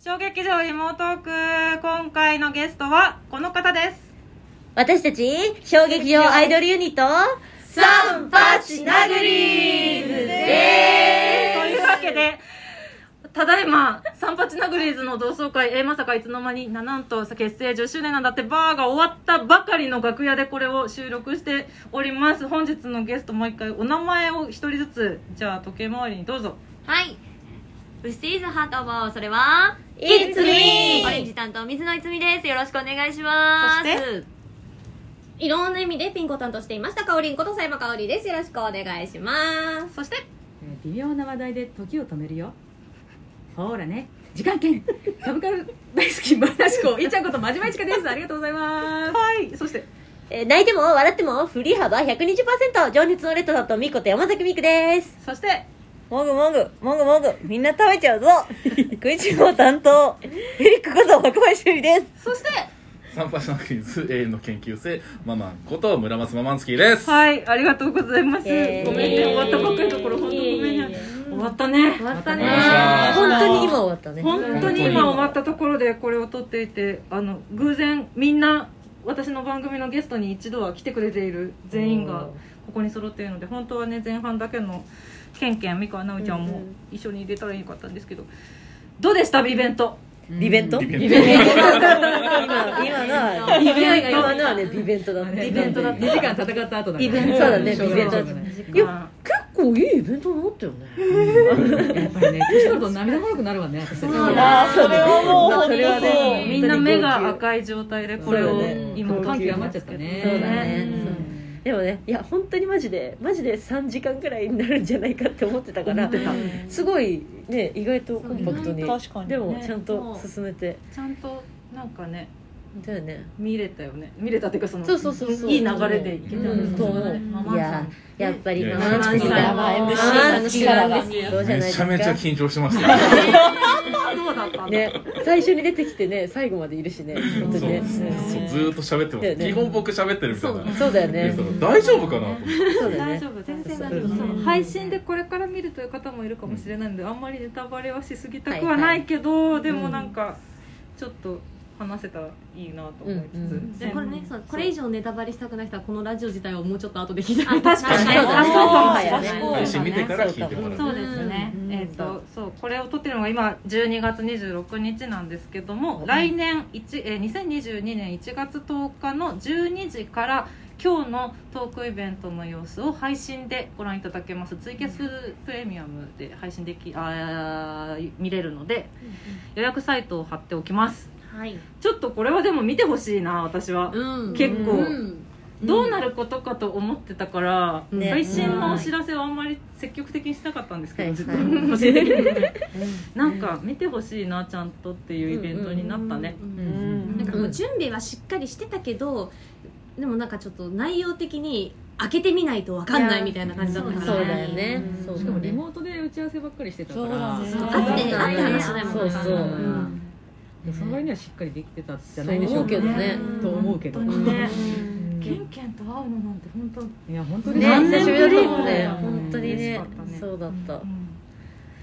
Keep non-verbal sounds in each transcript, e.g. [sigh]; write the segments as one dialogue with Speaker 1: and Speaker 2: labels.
Speaker 1: 小劇場リモートーク今回のゲストはこの方です
Speaker 2: 私たち小劇場アイドルユニット
Speaker 3: サンパチナグリーズで
Speaker 1: というわけでただいまサンパチナグリーズの同窓会えーまさかいつの間にななんと結成10周年なんだってバーが終わったばかりの楽屋でこれを収録しております本日のゲストもう一回お名前を一人ずつじゃあ時計回りにどうぞ
Speaker 3: はい。ウスティーズハートボー、それは、
Speaker 2: It's me
Speaker 3: オレンジ担当、水野いつみです。よろしくお願いします。
Speaker 1: そして
Speaker 3: いろんな意味でピンコ担当していました、かおりんこと、さいばかおりです。よろしくお願いします。
Speaker 1: そして
Speaker 4: えー微妙な話題で時を止めるよほらね時間券サブカル [laughs] 大好きバナシコいっちゃんことまじまいちかですありがとうございます
Speaker 1: はいそして
Speaker 2: えー泣いても笑っても振り幅120%情熱のレッドだとみこと山崎みくです
Speaker 1: そして
Speaker 2: もぐもぐもぐもぐみんな食べちゃうぞ食いしん坊担当フェリックこと若林修理です
Speaker 1: そして
Speaker 5: サンパシナクイズ A の研究生ママンこと村松ママンスキーです、
Speaker 1: はい、ありがとうございます。
Speaker 2: えー
Speaker 1: ごめんね、終わったばっかりだから、本当ごめんね。終わったね。
Speaker 3: 終わった
Speaker 5: ね
Speaker 3: ね。
Speaker 2: 本当に今終わったね
Speaker 1: 本当に今終わったところでこれを撮っていて、あの、偶然みんな、私の番組のゲストに一度は来てくれている全員がここに揃っているので本当はね前半だけのケンケン美川奈緒ちゃんも一緒に入れたらいいかったんですけどどうでしたイベント
Speaker 2: ビベント
Speaker 5: リベント
Speaker 2: ビベント今今のは
Speaker 3: ビベント
Speaker 2: 今のはねビベントだね
Speaker 4: イ
Speaker 1: ビベントだ
Speaker 4: 2時間戦った後だから
Speaker 2: イベントだね
Speaker 4: しょうが
Speaker 2: イベン
Speaker 4: ない
Speaker 2: ト
Speaker 4: しょうがない
Speaker 2: いや結構いいイベントになったよね
Speaker 4: やっぱりね年取ると涙もろくなるわね私たち
Speaker 1: そう
Speaker 2: だあーそれはもう
Speaker 3: まあ
Speaker 2: 本当に
Speaker 3: それはね
Speaker 2: そう
Speaker 1: みんな目が赤い状態でこれを今
Speaker 4: そ
Speaker 1: 感極
Speaker 4: うだね感極
Speaker 1: ま
Speaker 4: ま
Speaker 1: っ
Speaker 4: っ
Speaker 1: ち
Speaker 4: ち
Speaker 1: ゃ
Speaker 4: ゃ
Speaker 1: っ
Speaker 4: った
Speaker 1: ね
Speaker 4: たね
Speaker 2: そうだねでもねいや本当にマジでマジで3時間くらいになるんじゃないかって思ってたからすごいね意外とコンパクトに
Speaker 6: 確かに
Speaker 2: でも
Speaker 1: ね
Speaker 2: ちゃんと進めて
Speaker 1: ちゃんとなんかね
Speaker 2: だよね
Speaker 1: 見れたよね見れたっていうかその
Speaker 2: そうそうそうそう
Speaker 1: いい流れでいけた
Speaker 2: うん
Speaker 1: ね
Speaker 2: と思う
Speaker 1: ママ
Speaker 2: い
Speaker 1: さ
Speaker 2: や
Speaker 1: ん
Speaker 2: やっぱり
Speaker 5: いや
Speaker 2: ママンさん
Speaker 1: ママン
Speaker 2: マ
Speaker 3: さん
Speaker 2: マン
Speaker 3: の
Speaker 2: さ
Speaker 3: 力
Speaker 2: ん
Speaker 3: が
Speaker 2: そうじゃない
Speaker 5: め
Speaker 2: です
Speaker 5: ち
Speaker 2: か
Speaker 5: ゃめちゃ緊張してました、ね、
Speaker 1: そうだったんだ
Speaker 2: ね最初に出てきてね最後までいるしね本
Speaker 5: そ
Speaker 2: 当
Speaker 5: う
Speaker 2: にね
Speaker 5: そうずーっと喋ってま
Speaker 2: だよ
Speaker 5: す、
Speaker 2: ね
Speaker 5: 基本僕喋ってるみたいな
Speaker 2: うんそうだよね
Speaker 5: で大丈夫かなと思って
Speaker 2: そうだ
Speaker 1: 大
Speaker 2: ね
Speaker 1: 丈夫全然
Speaker 2: そう
Speaker 1: 大
Speaker 2: そ
Speaker 1: 丈
Speaker 2: う
Speaker 1: 夫その配信でこれから見るという方もいるかもしれないのであんまりネタバレはしすぎたくはないけどでもなんかちょっと話せたらいいなと思い
Speaker 2: うんうん
Speaker 1: つつね
Speaker 3: これね、そうこれ以上ネタバレしたくない人はこのラジオ自体をもうちょっと後で聞いて
Speaker 1: あ確かに
Speaker 2: そうだね
Speaker 1: あそうかもしれない
Speaker 2: そうだね
Speaker 5: 配信見てから聞いてもらう
Speaker 1: そうですね、
Speaker 4: うん
Speaker 1: えっ、とそうこれを撮ってるのが今12月26日なんですけども、来年1えー2022年1月10日の12時から今日のトークイベントの様子を配信でご覧いただけますツイキャスプレミアムで配信できあー見れるので予約サイトを貼っておきます
Speaker 3: はい。
Speaker 1: ちょっとこれはでも見てほしいな私は、
Speaker 3: うん。
Speaker 1: 結構、
Speaker 3: うん。
Speaker 1: どうなることかと思ってたから、
Speaker 2: ね
Speaker 1: 配信のお知らせはあんまり積極的にしたかったんですけど、
Speaker 2: はい
Speaker 1: ずっと
Speaker 2: はい
Speaker 1: 個人的に [laughs] なんか見てほしいなちゃんとっていうイベントになったね、
Speaker 3: うん。
Speaker 2: うん
Speaker 3: なんかもう準備はしっかりしてたけど、でもなんかちょっと内容的に開けてみないとわかんないみたいな感じだったから
Speaker 2: そうだよねそう
Speaker 4: しか
Speaker 2: だ
Speaker 4: もリ
Speaker 2: ね
Speaker 4: モートで打ち合わせばっかりしてたから
Speaker 6: そうだね
Speaker 3: 会って会って話しないもん
Speaker 2: そうそう
Speaker 3: うん
Speaker 4: いやその割にはしっかりできてたんじゃ
Speaker 2: そ
Speaker 4: ないでし
Speaker 2: う
Speaker 4: ょ
Speaker 2: 思う
Speaker 4: う
Speaker 2: け
Speaker 4: か
Speaker 2: どね
Speaker 4: と思うけど
Speaker 1: 本当にね
Speaker 4: うん
Speaker 1: ケンケンと会うのなんて本当
Speaker 4: いや本当に
Speaker 2: ね
Speaker 1: 何
Speaker 2: 久
Speaker 1: 年
Speaker 2: しぶ
Speaker 1: ぶ
Speaker 2: り
Speaker 1: り
Speaker 2: だ
Speaker 1: だ
Speaker 2: った
Speaker 1: もんね
Speaker 2: ね本当に
Speaker 1: 嬉し
Speaker 2: ね
Speaker 1: かったね
Speaker 2: そうだった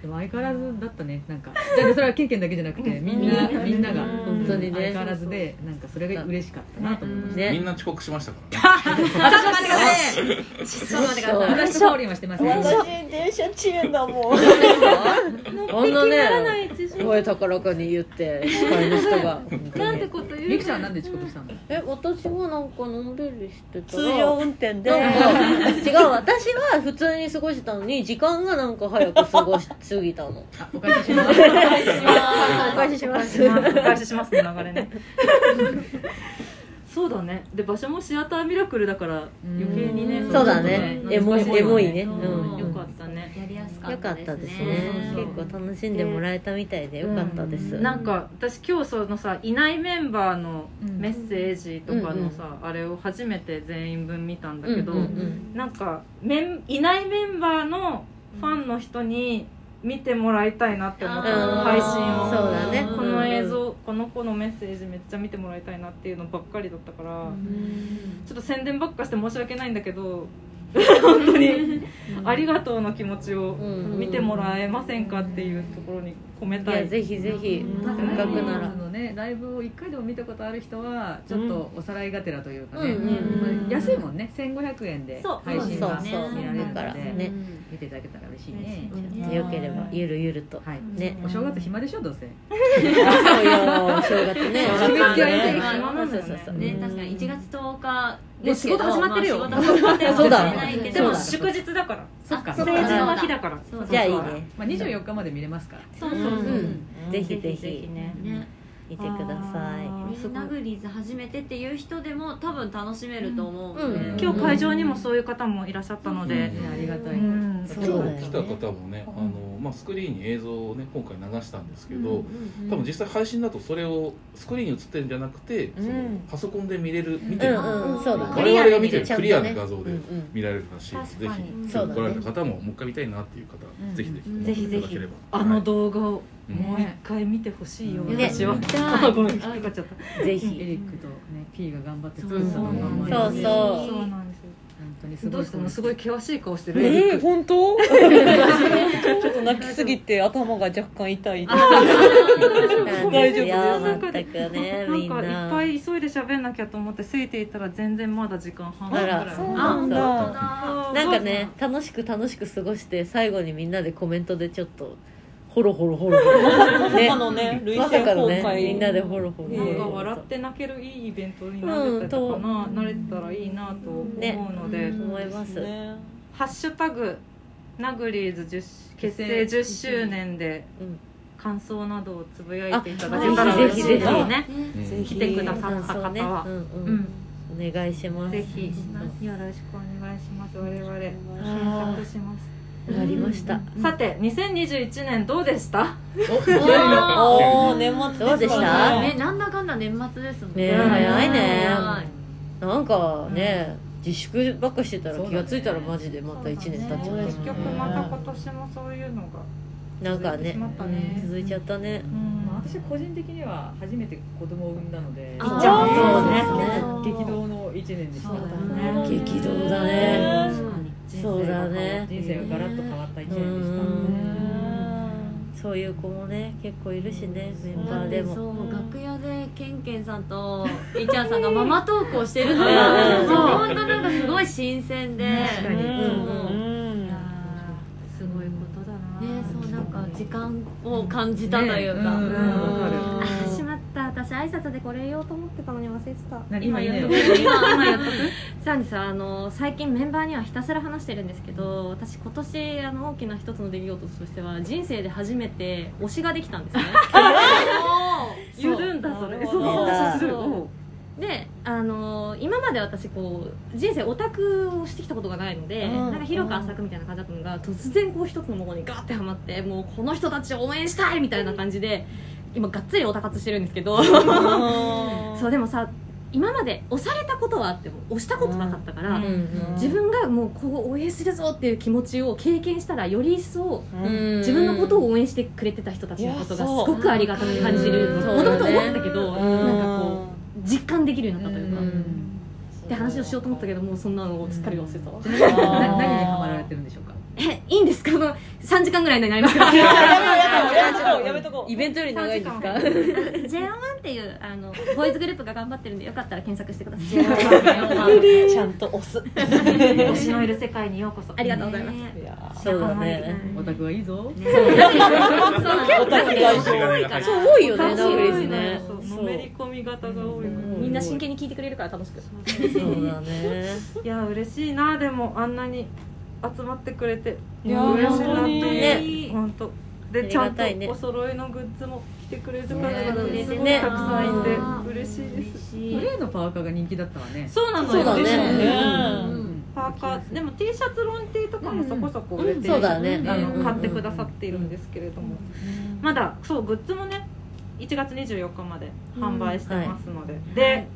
Speaker 4: でも相変わらずだったねなんかじゃあねそれはケンケンだけじゃなくてみんなみんなが
Speaker 2: 本当にね
Speaker 4: 相変わらずでなんかそれが嬉しかったなと思いました
Speaker 5: みん
Speaker 2: ね
Speaker 5: な遅刻しましたから、ね、
Speaker 3: ちょっと待ってください
Speaker 4: 私とカオリンはしてません
Speaker 6: 電車遅延だもん
Speaker 2: あんなね
Speaker 1: 一
Speaker 2: すごい高らかに言って司会の人 [laughs] が
Speaker 1: なんてこと言う
Speaker 4: ミクちゃんはなんで遅刻したの
Speaker 2: え私はなんかのんびりしてた
Speaker 6: 通常運転で
Speaker 2: なんか違う私は普通に過ごしてたのに時間がなんか早く過ごし過ぎた [laughs] の
Speaker 4: あお返しし [laughs] ます
Speaker 2: お返しします [laughs]
Speaker 1: お返ししますね流れねそうだねで場所もシアターミラクルだから余計にね
Speaker 4: うん
Speaker 2: そうだねエモいエモいね
Speaker 3: そう
Speaker 2: うん
Speaker 1: よかったね
Speaker 3: やりやすか
Speaker 2: よか
Speaker 3: っ
Speaker 2: った
Speaker 3: た
Speaker 2: で
Speaker 3: ですす
Speaker 2: ね
Speaker 3: ね
Speaker 1: そうそうそう
Speaker 2: 結構楽しんでもらえたみたいでよかったです、
Speaker 4: うん
Speaker 1: なんか私今日そのさいないメンバーのメッセージとかのさ、あれを初めて全員分見たんだけど、
Speaker 2: うんうん
Speaker 1: なんかメンいないメンバーのファンの人に見てもらいたいなって思ったの、
Speaker 2: うん
Speaker 1: 配信を
Speaker 2: そうだね
Speaker 1: この映像この子のメッセージめっちゃ見てもらいたいなっていうのばっかりだったから、ちょっと宣伝ばっかして申し訳ないんだけど本当にありがとうの気持ちを
Speaker 2: うん
Speaker 1: 見てもらえませんかっていうところに込め
Speaker 2: い
Speaker 1: た
Speaker 2: や
Speaker 1: い
Speaker 2: ぜひぜひ
Speaker 4: なんか
Speaker 2: せっかくな
Speaker 4: ライ
Speaker 2: ら
Speaker 4: ブのねライブを一回でも見たことある人はちょっとおさらいがてらというかね、
Speaker 2: うん
Speaker 4: まあ安いもんね1500円で
Speaker 3: そう
Speaker 4: 配信が見
Speaker 2: そうそうそう
Speaker 4: られるの
Speaker 2: だから
Speaker 4: で
Speaker 2: ね
Speaker 4: 見ていただけたら嬉しいね、
Speaker 2: よければゆるゆると
Speaker 4: はい
Speaker 2: ね [laughs]
Speaker 4: お正月暇でしょどうせ
Speaker 2: そうよ正月ね
Speaker 1: 正月
Speaker 2: ね
Speaker 1: ね
Speaker 2: そうそうそう
Speaker 3: ね、
Speaker 2: うん
Speaker 3: 確かに1月10日
Speaker 4: もう仕事始まってるよ
Speaker 3: まあ仕事始まってるかもしれないけど
Speaker 1: で
Speaker 2: そうだ
Speaker 1: も祝日だから
Speaker 4: そっか
Speaker 1: 成人の日だから
Speaker 3: そうそう
Speaker 2: じゃあいいね
Speaker 4: まあ、24日まで見れますから
Speaker 3: そうそう
Speaker 2: う
Speaker 3: そう、
Speaker 2: んぜひぜひ
Speaker 1: ね
Speaker 3: ね、
Speaker 2: 見てください
Speaker 1: あー
Speaker 3: みんなグリーズ初めてっていう人でも多分楽しめると思うので、
Speaker 2: うん
Speaker 1: 今日会場にもそういう方もいらっしゃったので、
Speaker 4: ねありがた
Speaker 1: う
Speaker 4: い、
Speaker 1: ん、
Speaker 5: 今
Speaker 2: そうだよ
Speaker 5: 日来た方もねあの、まあ、スクリーンに映像をね今回流したんですけど、多分実際配信だとそれをスクリーンに映ってるんじゃなくて、その
Speaker 2: うん
Speaker 5: パソコンで見れる見
Speaker 2: う
Speaker 5: てる、
Speaker 2: んうんそうだ
Speaker 5: 我々が見てる
Speaker 2: ちゃん
Speaker 5: ク
Speaker 2: とね
Speaker 5: リアな画像
Speaker 2: う
Speaker 5: で
Speaker 2: んうん
Speaker 5: 見られるらしいので、
Speaker 1: 確かに
Speaker 5: ぜひ
Speaker 2: そうだね
Speaker 5: ご覧の方ももう一回見たいなっていう方、
Speaker 4: うん
Speaker 5: ぜひぜひ
Speaker 3: うん
Speaker 5: ぜひ
Speaker 1: ぜひぜひあの動画を
Speaker 5: うん
Speaker 1: もう一回見てほしいよ、
Speaker 4: うん
Speaker 2: ね
Speaker 1: 私は、 [laughs]
Speaker 5: 見
Speaker 3: たい
Speaker 1: ごめん引っかかっちゃった
Speaker 2: ぜ
Speaker 4: エ
Speaker 2: ひ
Speaker 4: リックと、ね、P が頑張って作ったのが
Speaker 2: うん
Speaker 4: ま
Speaker 2: そう
Speaker 4: あ本
Speaker 2: そ
Speaker 1: そ
Speaker 2: う
Speaker 1: うなんですよ
Speaker 4: 当にす
Speaker 1: ど
Speaker 4: ご
Speaker 1: う
Speaker 4: い
Speaker 1: してもすごい険しい顔してる、
Speaker 6: え
Speaker 1: [laughs]
Speaker 6: ー、本当ちょっと泣きすぎて頭が若干痛いです
Speaker 2: なんですよ
Speaker 1: 大丈夫
Speaker 2: 全くね
Speaker 1: なん
Speaker 2: みん
Speaker 1: かいっ
Speaker 2: な
Speaker 1: ぱい急いで喋んなきゃと思ってついていたら全然まだ時間半分
Speaker 2: あ
Speaker 1: ぐらい
Speaker 2: らそう
Speaker 3: あ
Speaker 2: な
Speaker 3: 本
Speaker 2: ん
Speaker 3: 当
Speaker 2: だ
Speaker 3: だ
Speaker 2: なんかね楽しく楽しく過ごして最後にみんなでコメントでちょっとホロホロホロホロね
Speaker 6: 他のね累
Speaker 2: まさ
Speaker 6: 戦
Speaker 2: か
Speaker 6: 崩
Speaker 2: の
Speaker 6: 壊、
Speaker 2: ねみんなでホロホロ
Speaker 1: なんか笑って泣けるいいイベントになれた
Speaker 2: う
Speaker 1: か
Speaker 2: んと
Speaker 1: な、慣れてたらいいなと思うので、
Speaker 3: ね
Speaker 2: 思います、
Speaker 6: ね
Speaker 1: ハッシュタグナグリーズ10結成10周年で
Speaker 2: うん
Speaker 1: 感想などをつぶやいていただ
Speaker 2: あ
Speaker 1: けたら
Speaker 2: ぜ
Speaker 1: 嬉
Speaker 2: ひ
Speaker 1: しい
Speaker 2: ぜひぜひ
Speaker 1: ですね。
Speaker 6: ぜひ
Speaker 1: 来てくださ
Speaker 2: 感
Speaker 1: った
Speaker 2: 想ね
Speaker 1: 方は
Speaker 2: う、
Speaker 1: うんん、
Speaker 2: うん、お願いします
Speaker 1: ぜひよろしくお願いします。我々
Speaker 2: あー
Speaker 1: 検索します。
Speaker 2: わかりました
Speaker 1: さて、2021年どうでした？
Speaker 6: おー年末
Speaker 2: どうでした
Speaker 3: ねなんだかんだ年末ですもん
Speaker 2: ね早いね
Speaker 3: 早い
Speaker 2: なんかね、自粛ばっかしてたら
Speaker 4: そうだ
Speaker 2: 気
Speaker 4: ね
Speaker 2: がついたらマジでまた1年経っちゃっ
Speaker 1: 結
Speaker 2: た
Speaker 1: 局また今年もそういうのが、
Speaker 2: なんか
Speaker 1: 続いて
Speaker 2: ね
Speaker 1: しまったね
Speaker 2: うん続いちゃったね
Speaker 1: うん
Speaker 4: まあ、私個人的には初めて子供を産んだので
Speaker 3: あ
Speaker 2: ー
Speaker 3: ー
Speaker 2: じゃあ
Speaker 3: そうですね
Speaker 2: そ
Speaker 4: 激動の1年でした
Speaker 3: そうだ
Speaker 1: ね
Speaker 2: 激動だね
Speaker 3: 確かに
Speaker 2: そうだね
Speaker 4: 人生がガラッと変わった1
Speaker 2: う
Speaker 4: 年でした、
Speaker 2: んそういう子もね結構いるしねメンバ
Speaker 3: だ
Speaker 2: ー
Speaker 3: っ
Speaker 2: で
Speaker 3: て
Speaker 2: も
Speaker 3: そう楽屋でケンケンさんといちゃんさんがママトークをしてるの
Speaker 2: う
Speaker 3: が
Speaker 2: ん
Speaker 3: そう本当なんかすごい新鮮でね
Speaker 1: 確か
Speaker 6: う
Speaker 1: に
Speaker 6: ん
Speaker 1: すごいことだな。
Speaker 3: そうなんか時間を感じたというか、
Speaker 4: ね
Speaker 1: うんわかる
Speaker 3: あーしまった私挨拶でこれ言おうと思ってたのに忘れてた
Speaker 4: 何
Speaker 1: 今
Speaker 4: 今
Speaker 1: や
Speaker 4: 言
Speaker 1: っと
Speaker 4: う
Speaker 1: く
Speaker 4: の
Speaker 1: 今今やっとく
Speaker 3: [laughs] さらにさあの最近メンバーにはひたすら話してるんですけど私今年あの大きな一つの出来事としては人生で初めて推しができたんで
Speaker 1: [laughs]
Speaker 3: すねそう
Speaker 1: ゆるんだそ
Speaker 6: な
Speaker 1: れ
Speaker 6: る
Speaker 1: そ
Speaker 6: ほ
Speaker 1: う
Speaker 6: ど
Speaker 1: そうする
Speaker 3: そうであの今まで私こう人生オタクをしてきたことがないので、
Speaker 6: うん
Speaker 3: なんか広く浅くみたいな感じだったのが突然こう一つのものにガーってはまってもうこの人たちを応援したいみたいな感じで今がっつりオタ活してるんですけどそうでもさ今まで押されたことはあっても押したことなかったから、
Speaker 1: うん
Speaker 3: 自分がもうこう応援するぞっていう気持ちを経験したらより一層自
Speaker 2: 自
Speaker 3: 分のことを応援してくれてた人たちのことがすごくありがたく感じる
Speaker 2: うん
Speaker 3: も
Speaker 2: そう
Speaker 3: ともと
Speaker 2: そうだね
Speaker 3: 思ってたけどなんかこう実感できるようになったというか
Speaker 4: う
Speaker 3: っ
Speaker 4: ん
Speaker 3: て話をしようと思ったけどもうそんなのをすっかり忘れてたわ
Speaker 4: な何にハマられてるんでし [laughs] ょうか
Speaker 3: えいいんですかこの3時間ぐらいになりますから
Speaker 6: やめとこう
Speaker 2: イベントより長いんですか
Speaker 3: JO1 っていうあのボーイズグループが頑張ってるんでよかったら検索してください
Speaker 6: ちゃんと押す
Speaker 1: 推しのいる世界にようこそ
Speaker 3: ありがとうございます
Speaker 6: いや
Speaker 2: そうだね
Speaker 4: オタクはいいぞ
Speaker 3: そうなんです
Speaker 6: オタクが
Speaker 2: そう多いよね
Speaker 1: 面
Speaker 2: ダブ
Speaker 1: 白
Speaker 2: リ
Speaker 1: い
Speaker 2: ス
Speaker 1: ね
Speaker 2: ね
Speaker 1: そう
Speaker 2: そ
Speaker 1: のめり
Speaker 2: う
Speaker 1: 込み型が多いから
Speaker 3: みんな真剣に聞いてくれるから楽しく
Speaker 2: そうだね
Speaker 1: いや嬉しいなでもあんなに集まってくれて
Speaker 6: いや
Speaker 1: 嬉しい
Speaker 6: 本
Speaker 1: な
Speaker 6: 当に
Speaker 1: って本当
Speaker 2: あ
Speaker 1: で
Speaker 2: り
Speaker 1: ちゃ
Speaker 2: が
Speaker 1: んと
Speaker 2: たいね
Speaker 1: お揃いのグッズも着てくれる方が
Speaker 4: ね
Speaker 1: すごいたく
Speaker 2: ね
Speaker 1: さんいて
Speaker 3: あー
Speaker 1: 嬉しいです
Speaker 4: グレーのパーカーが人気だったわね
Speaker 1: そうなの
Speaker 2: そうだ
Speaker 1: よ
Speaker 2: ね
Speaker 1: でしょ
Speaker 4: う
Speaker 6: ね
Speaker 4: ん
Speaker 1: パーカーでも T シャツロン T とかもそこそこ売れ
Speaker 2: うん
Speaker 1: て
Speaker 2: そうだね
Speaker 1: あ
Speaker 4: うん
Speaker 1: の買ってくださっているんですけれどもまだそうグッズもね1月24日まで販売してますので、で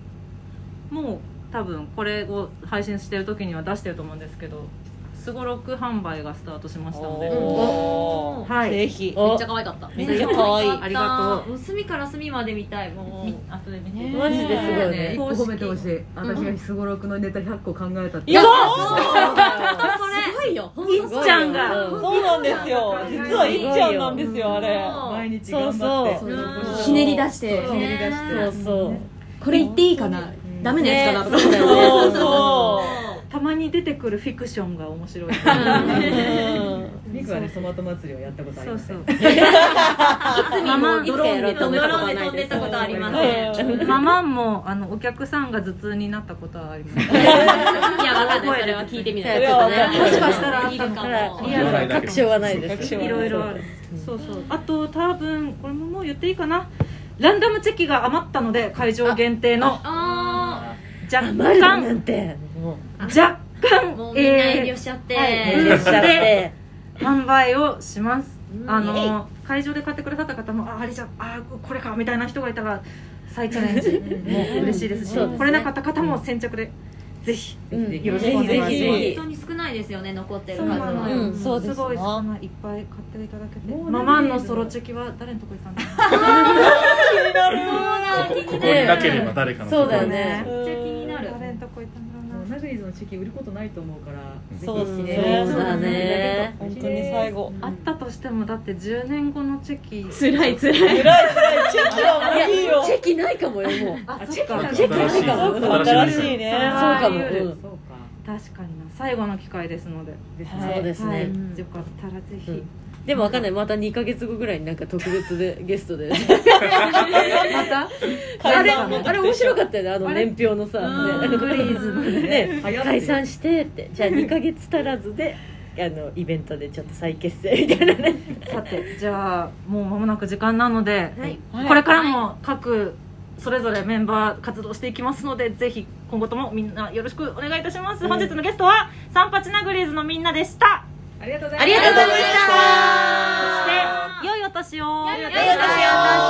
Speaker 1: もう多分これを配信してる時には出してると思うんですけどすごろく販売がスタートしましたので、
Speaker 6: おー
Speaker 1: はい
Speaker 6: ぜひ
Speaker 3: めっちゃ可愛かった
Speaker 6: めっちゃ可愛い
Speaker 1: ありがと
Speaker 3: う隅から隅まで見たいも
Speaker 1: み後で見て
Speaker 2: マジですごい
Speaker 4: ね
Speaker 2: ね
Speaker 4: 一個褒めてほしい私がすごろくのネタ100個考えたって
Speaker 6: いや
Speaker 3: すごいよ本
Speaker 1: いっちゃんが
Speaker 6: そうなんですよ実はいっちゃんなんですよあれ
Speaker 4: 毎日
Speaker 6: そう
Speaker 4: 頑張って
Speaker 6: そ
Speaker 3: 当
Speaker 6: ひねり
Speaker 3: 出して
Speaker 4: ひねり出して
Speaker 6: そうそう
Speaker 3: これ言っていいかなダメなやつかな
Speaker 6: ね
Speaker 3: とか
Speaker 6: そうそ
Speaker 1: たまに出てくるフィクションが面白い
Speaker 6: ううん
Speaker 4: ミクはねトマト祭りをやったことあり
Speaker 1: そ
Speaker 4: ま
Speaker 1: う
Speaker 4: す
Speaker 1: [laughs] そう
Speaker 3: ママン
Speaker 6: いつかやろうと思ったことはないです
Speaker 3: ドローンで飛んでったことありま
Speaker 6: うん
Speaker 3: せん
Speaker 1: ママンもあのお客さんが頭痛になったことはあります
Speaker 3: いやわかんないそれは聞いてみない
Speaker 6: それはわかんないもしか
Speaker 1: したらあ
Speaker 3: い
Speaker 1: っ
Speaker 3: る
Speaker 1: たの
Speaker 3: かも
Speaker 1: か
Speaker 6: な
Speaker 1: リアル
Speaker 5: な
Speaker 1: ない
Speaker 5: だけ
Speaker 2: 確証はないです
Speaker 6: 確証はない
Speaker 1: いろいろある
Speaker 2: うん
Speaker 1: そうそうあと多分これももう言っていいかなランダムチェキが余ったので会場限定の
Speaker 3: あ
Speaker 1: 若
Speaker 2: マルダな
Speaker 1: 干
Speaker 2: んても
Speaker 1: 若
Speaker 3: ー
Speaker 1: 干
Speaker 3: もうみんな遠慮
Speaker 1: え
Speaker 3: しちゃって、
Speaker 1: は
Speaker 2: う
Speaker 1: い
Speaker 2: 遠慮しちゃって
Speaker 1: ー販売をします
Speaker 3: うん
Speaker 1: あの会場で買ってくださった方もああれじゃあーこれかみたいな人がいたら再チャレンジもう嬉しいですし
Speaker 2: そうですね
Speaker 1: 来れなかった方も先着でぜひ
Speaker 2: うん
Speaker 1: よろしくお願いします
Speaker 6: ぜひぜひ
Speaker 3: 本当に少ないですよね残ってる
Speaker 1: そう
Speaker 3: 数
Speaker 1: な
Speaker 3: は、
Speaker 1: の
Speaker 6: う
Speaker 1: よ、
Speaker 6: んそうです
Speaker 1: す
Speaker 6: な
Speaker 1: ごい少ないいっぱい買っていただけて
Speaker 4: もうね
Speaker 1: ママンのソロチェキは誰のとこ行ったんだろう
Speaker 5: ここここになければ誰かの
Speaker 2: そうだよ
Speaker 1: ね
Speaker 3: めっちゃ気になる
Speaker 1: 誰のとこ行ったんだろうな
Speaker 4: ナグリーズのチェキ売ることないと思うから
Speaker 6: そうです
Speaker 2: そ
Speaker 6: ね
Speaker 2: うだね
Speaker 6: 本当に最後
Speaker 1: あったとしてもだって10年後のチェキ
Speaker 3: 辛い辛い
Speaker 6: チェキはもういいよ
Speaker 2: チェキないかもよもう
Speaker 1: あそっか
Speaker 5: なんか
Speaker 1: チェキ
Speaker 5: 新しい
Speaker 2: そう
Speaker 5: 新しい
Speaker 6: 新しい
Speaker 1: それ
Speaker 6: ね
Speaker 1: は
Speaker 2: そうかも
Speaker 1: あり得
Speaker 2: う
Speaker 1: る
Speaker 2: ん
Speaker 4: そうか
Speaker 1: 確かにな最後の機会ですので
Speaker 4: です
Speaker 6: はい
Speaker 2: そうですね
Speaker 1: はい、よかったらぜひ、 [laughs]
Speaker 2: うんでもわかんないまた2か月後ぐらいになんか特別でゲストで
Speaker 1: また
Speaker 2: あ
Speaker 6: 解
Speaker 2: れ
Speaker 6: 散も
Speaker 2: あれ面白かったよねあの
Speaker 1: あれ
Speaker 2: 年表のさね
Speaker 1: グリーズのね
Speaker 2: ね
Speaker 4: 流行ってる
Speaker 2: 解散してってじゃあ2か月足らずであのイベントでちょっと再結成みたいなね
Speaker 1: さてじゃあもう間もなく時間なので、
Speaker 3: はい
Speaker 6: はい
Speaker 1: これからも各それぞれメンバー活動していきますのでぜひ今後ともみんなよろしくお願いいたします、本日のゲストはサンパチナグリーズのみんなでした
Speaker 4: ありがとうございます
Speaker 3: ありがとうございました
Speaker 1: そして良いお年を
Speaker 3: 良いお年を